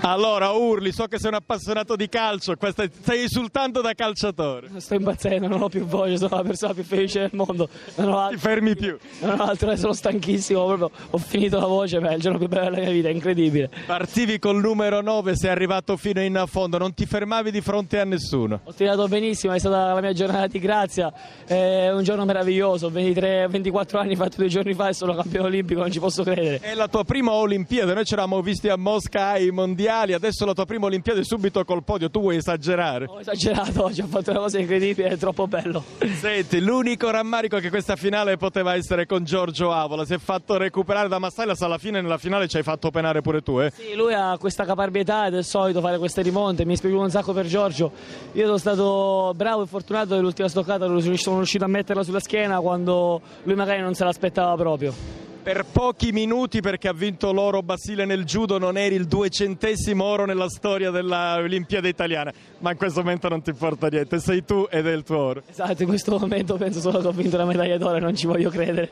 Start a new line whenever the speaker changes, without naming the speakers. Allora, urli, so che sei un appassionato di calcio, questa- stai esultando da calciatore.
Sto impazzendo, non ho più voglia, sono la persona più felice del mondo. Non ho
Ti
altro,
fermi più.
non ho altro, sono stanchissimo, proprio ho finito la voce, ma è il giorno più bello della mia vita, è incredibile.
Partivi col numero 9, sei arrivato fino in fondo, non ti fermavi di fronte a nessuno.
Ho tirato benissimo, è stata la mia giornata di grazia, è un giorno meraviglioso, 23, 24 anni fatto due giorni fa e sono campione olimpico, non ci posso credere.
È la tua prima Olimpiade, noi ci eravamo visti a Mosca ai mondiali, adesso la tua prima Olimpiade è subito col podio, tu vuoi esagerare?
Ho esagerato oggi, ho fatto una cosa incredibile, è troppo bello.
Senti, l'unico rammarico è che questa finale poteva essere con Giorgio Avola, si è fatto recuperare da Massailas alla fine, nella finale ci hai fatto penare pure tu, eh?
Sì, lui ha questa caparbietà ed è solito fare queste rimonte, mi spiego un sacco per Giorgio. Io sono stato bravo e fortunato nell'ultima stoccata, sono riuscito a metterla sulla schiena quando lui magari non se l'aspettava proprio.
Per pochi minuti perché ha vinto l'oro Basile nel judo, non eri il duecentesimo oro nella storia dell'Olimpiade italiana, ma in questo momento non ti importa niente, sei tu ed è il tuo oro.
Esatto, in questo momento penso solo che ho vinto la medaglia d'oro e non ci voglio credere.